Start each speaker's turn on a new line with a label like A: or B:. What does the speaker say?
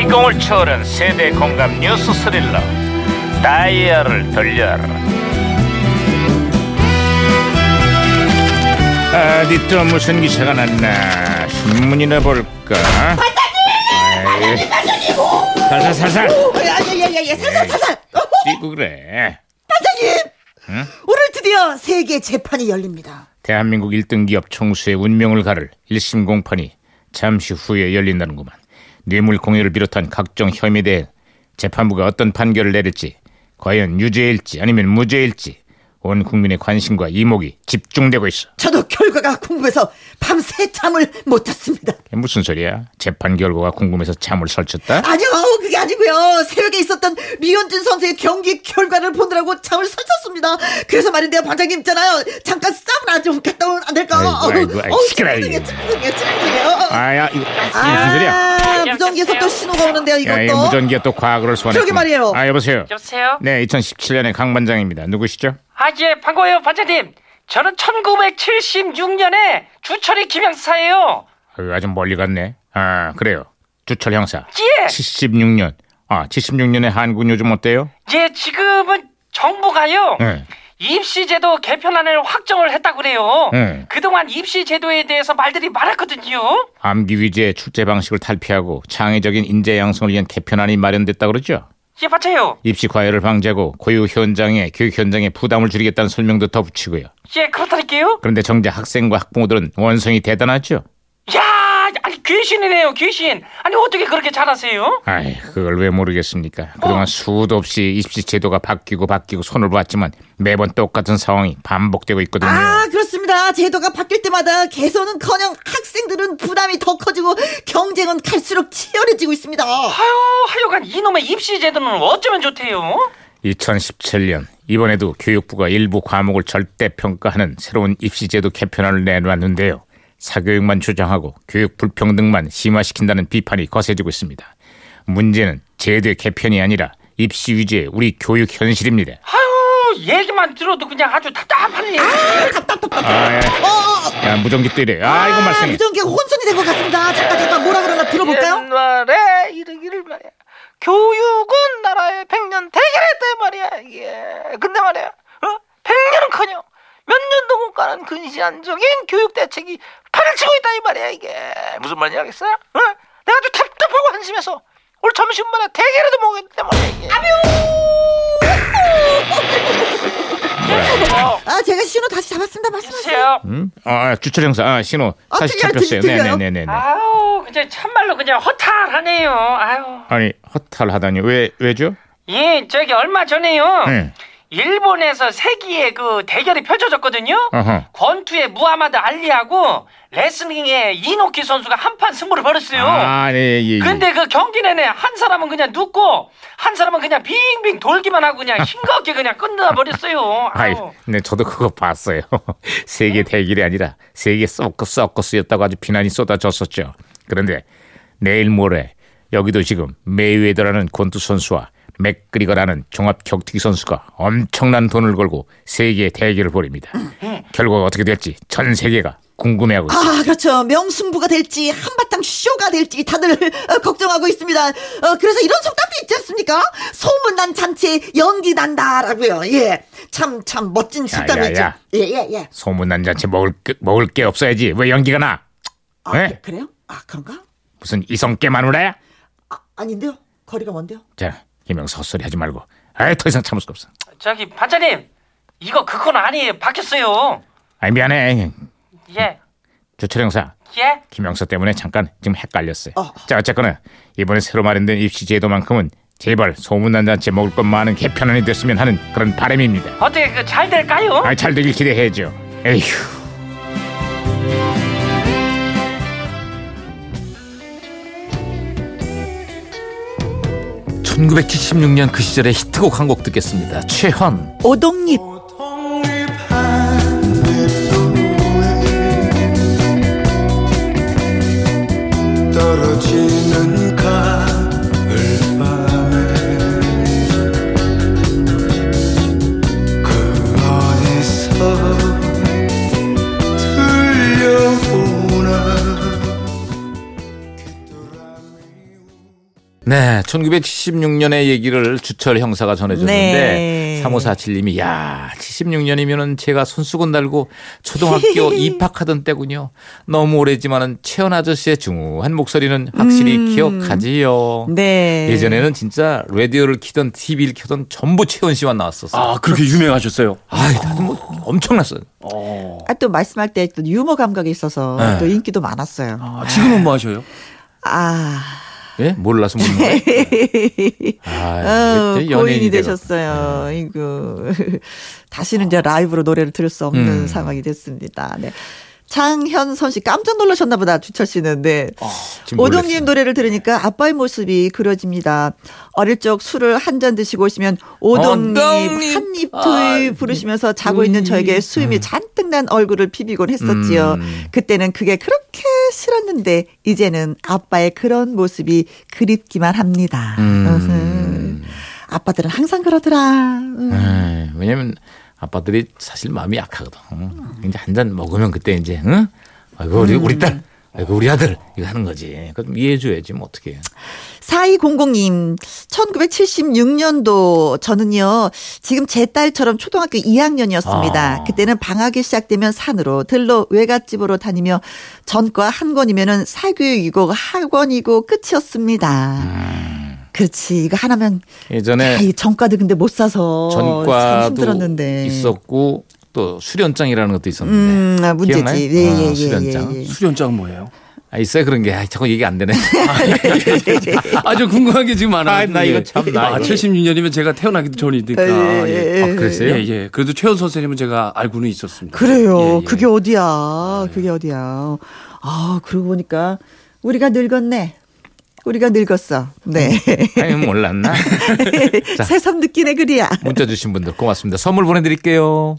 A: 폭력을 초월한 세대 공감 뉴스 스릴러 다이얼을 돌려라 어디 또 무슨 기사가 났나 신문이나 볼까 반장님! 반장님! 살살살살
B: 야야야야 살살살살 어,
A: 뛰고 그래
B: 반장님 오늘 드디어 세계 재판이 열립니다
A: 대한민국 1등 기업 총수의 운명을 가를 1심 공판이 잠시 후에 열린다는구만. 뇌물 공여를 비롯한 각종 혐의에 대해 재판부가 어떤 판결을 내릴지 과연 유죄일지 아니면 무죄일지 온 국민의 관심과 이목이 집중되고 있어.
B: 저도 결과가 궁금해서 밤새 잠을 못 잤습니다
A: 이게 무슨 소리야? 재판 결과가 궁금해서 잠을 설쳤다?
B: 아니요 그게 아니고요 새벽에 있었던 류현진 선수의 경기 결과를 보느라고 잠을 설쳤습니다 그래서 말인데요 반장님 있잖아요 잠깐 싸움을 좀 갔다 오면 안 될까
A: 아이고, 아이고, 아이고, 시끄러워,
B: 해
A: 이게.
B: 찌그러기해 찌그러기해요
A: 아야 이거 무슨 소리야?
B: 아 무전기에서 또 신호가 오는데요
A: 야, 이
B: 이것도
A: 무전기가 또 과거를 소환했
B: 저기 말이에요.
A: 아 여보세요.
C: 여보세요?
A: 네, 2017년의 강 반장입니다. 누구시죠?
C: 아, 예, 반가워요, 반장님. 저는 1976년에 주철이 김영사예요.
A: 아유, 아주 멀리 갔네. 아 그래요. 주철 형사.
C: 예!
A: 76년. 아 76년의 한국은 요즘 어때요?
C: 예, 지금은 정부가요.
A: 네.
C: 입시제도 개편안을 확정을 했다고 그래요.
A: 네.
C: 그동안 입시제도에 대해서 말들이 많았거든요.
A: 암기 위주의 출제 방식을 탈피하고 창의적인 인재 양성을 위한 개편안이 마련됐다 그러죠.
C: 예, 맞아요.
A: 입시 과열을 방지하고 고유 현장에 교육 현장에 부담을 줄이겠다는 설명도 덧붙이고요.
C: 예, 그렇다니까요.
A: 그런데 정작 학생과 학부모들은 원성이 대단하죠.
C: 야 아니, 귀신이네요, 귀신. 아니, 어떻게 그렇게 잘하세요?
A: 아이, 그걸 왜 모르겠습니까? 그동안
C: 어.
A: 수도 없이 입시 제도가 바뀌고 바뀌고 손을 봤지만 매번 똑같은 상황이 반복되고 있거든요.
B: 아 그렇습니다 제도가 바뀔 때마다 개선은커녕 학생들은 부담이 더 커지고 경쟁은 갈수록 치열해지고 있습니다 어,
C: 아유, 하여간 이놈의 입시제도는 어쩌면 좋대요.
A: 2017년 이번에도 교육부가 일부 과목을 절대 평가하는 새로운 입시제도 개편안을 내놨는데요. 사교육만 주장하고 교육 불평등만 심화시킨다는 비판이 거세지고 있습니다. 문제는 제도의 개편이 아니라 입시 위주의 우리 교육 현실입니다.
C: 아유, 얘기만 들어도 그냥 아주 답답하네요.
A: 아, 야, 야, 무전기 뛰래. 아, 이거 말씀해.
B: 어? 무전기가 혼선이 된 것 같습니다. 잠깐 잠깐 뭐라 그러나
C: 예.
B: 들어볼까요?
D: 옛날에 이르기를 말이야. 교육은 나라의 백년 대결했다 말이야. 예. 근데 말이야. 어? 백년은커녕 몇 년 동안은 근시안적인 교육 대책이 발을 치고 있다 이 말이야 이게. 무슨 말인지 알겠어? 어? 내가 아주 답답하고 한심해서 오늘 점심만에 대결에도 먹겠다 말이야 이게. 어,
B: 아 제가 신호 다시 잡았습니다. 말씀하세요.
C: 글쎄요.
A: 음? 아, 주철 형사, 아, 신호
B: 아,
A: 다시
B: 들려요,
A: 잡혔어요.
B: 들- 들려요?
A: 네네네네.
C: 아유, 그냥 참말로 그냥 허탈하네요. 아유.
A: 아니, 허탈하다니. 왜, 왜죠?
C: 예, 저기 얼마 전에요.
A: 응.
C: 일본에서 세기의 그 대결이 펼쳐졌거든요.
A: 어허.
C: 권투의 무하마드 알리하고 레슬링의 이노키 선수가 한판 승부를 벌였어요.
A: 아, 네, 예, 예.
C: 근데 그 경기 내내 한 사람은 그냥 눕고 한 사람은 그냥 빙빙 돌기만 하고 그냥 싱겁게 그냥 끝나버렸어요.
A: 아이,
C: 아유.
A: 네, 저도 그거 봤어요. 세계 대결이 아니라 세계 서커스 서커스였다고 아주 비난이 쏟아졌었죠. 그런데 내일 모레 여기도 지금 메이웨더라는 권투 선수와 맥그리거라는 종합 격투기 선수가 엄청난 돈을 걸고 세계 대결을 벌입니다. 결과가 어떻게 될지 전 세계가 궁금해하고 있어요.
B: 아 그렇죠. 명승부가 될지 한바탕 쇼가 될지 다들 어, 걱정하고 있습니다. 어, 그래서 이런 속담도 있지 않습니까? 소문난 잔치에 연기 난다라고요. 예, 참 참 멋진 속담이죠.
A: 야.
B: 예, 예, 예.
A: 소문난 잔치 먹을, 게- 먹을 게 없어야지. 왜 연기가 나?
B: 아
A: 네?
B: 그- 그래요? 아 그런가?
A: 무슨 이성깨 마누라야?
B: 아 아닌데요. 거리가 먼데요.
A: 자, 김영수 헛소리 하지 말고. 아이, 더 이상 참을 수가 없어.
C: 저기 반장님, 이거 그건 아니에요. 바뀌었어요.
A: 아이, 미안해.
C: 예,
A: 주철 형사.
C: 예.
A: 김영서 때문에 잠깐 지금 헷갈렸어요.
B: 어.
A: 자 어쨌거나 이번에 새로 마련된 입시 제도만큼은 제발 소문난 잔치 먹을 것 많은 개편안이 됐으면 하는 그런 바람입니다.
C: 어떻게 그 잘 될까요?
A: 아, 잘 되길 기대해야죠. 에휴. 그
B: 오동잎.
E: 떨어지는 가을 밤에 그 어디서 들려오나 귀뚜라미
A: 네, 1976년의 얘기를 주철 형사가 전해줬는데
B: 네.
A: 3547님이 야 76년이면은 제가 손수건 달고 초등학교 입학하던 때군요. 너무 오래지만은 채연 아저씨의 중후한 목소리는 확실히 기억하지요.
B: 음. 네.
A: 예전에는 진짜 라디오를 키던 TV를 켜던 전부 채연 씨만 나왔었어. 요
F: 아 그렇게 유명하셨어요.
A: 아, 나도 뭐 엄청났어요.
B: 아, 또 말씀할 때 또 유머 감각이 있어서
F: 네.
B: 또 인기도 많았어요.
F: 아, 지금은 뭐 하셔요?
B: 아,
A: 예? 몰라서 못 먹어요. 아,
B: 어,
A: 이제 네.
B: 고인이
A: 돼가-
B: 되셨어요. 이거 다시는 이제 라이브로 노래를 들을 수 없는
A: 음.
B: 상황이 됐습니다. 네. 장현선 씨 깜짝 놀라셨나 보다 주철 씨는 네.
A: 아, 지금 놀랐어요.
B: 오동님 노래를 들으니까 아빠의 모습이 그려집니다. 어릴 적 술을 한 잔 드시고 오시면 오동님
A: 오동님.
B: 한입 투입
A: 아,
B: 부르시면서 자고 있는 저에게 수임이 잔뜩 난 얼굴을 비비곤 했었지요.
A: 음.
B: 그때는 그게 그렇게 싫었는데 이제는 아빠의 그런 모습이 그립기만 합니다.
A: 음.
B: 으흠. 아빠들은 항상 그러더라. 음.
A: 예, 왜냐면 아빠들이 사실 마음이 약하거든. 이제 한 잔 먹으면 그때 이제 응? 아이고 우리 우리 딸, 아이고 우리 아들 이거 하는 거지. 그럼 이해해 줘야지 뭐 어떻게.
B: 4200님, 1976년도 저는요, 지금 제 딸처럼 초등학교 2학년이었습니다.
A: 아.
B: 그때는 방학이 시작되면 산으로, 들로, 외갓집으로 다니며 전과 한 권이면은 사교육이고 학원이고 끝이었습니다. 그렇지, 이거 하나면.
A: 음. 예전에
B: 아, 이 전과도 근데 못 사서. 참
A: 전과도
B: 힘들었는데.
A: 있었고 또 수련장이라는 것도 있었는데.
B: 음, 아, 문제지.
A: 기억나요?
B: 예, 예,
A: 아,
B: 예, 예,
A: 수련장.
B: 예.
F: 수련장 뭐예요?
A: 아, 있어요 그런 게. 아, 자꾸 얘기 안 되네.
F: 아주 궁금한 게 지금 많아요.
A: 아, 나 이거 참, 나
F: 아,
A: 이거.
F: 76년이면 제가 태어나기도 전이니까.
B: 예, 예,
F: 예.
B: 예.
A: 아, 그랬어요?
F: 예, 예. 그래도 최연 선생님은 제가 알고는 있었습니다.
B: 그래요.
F: 예, 예.
B: 그게 어디야. 그게 어디야. 아, 그러고 보니까 우리가 늙었네. 우리가 늙었어. 네.
F: 음.
A: 아니 몰랐나? 자.
B: 새삼 느끼네, 그리야.
A: 문자 주신 분들 고맙습니다. 선물 보내드릴게요.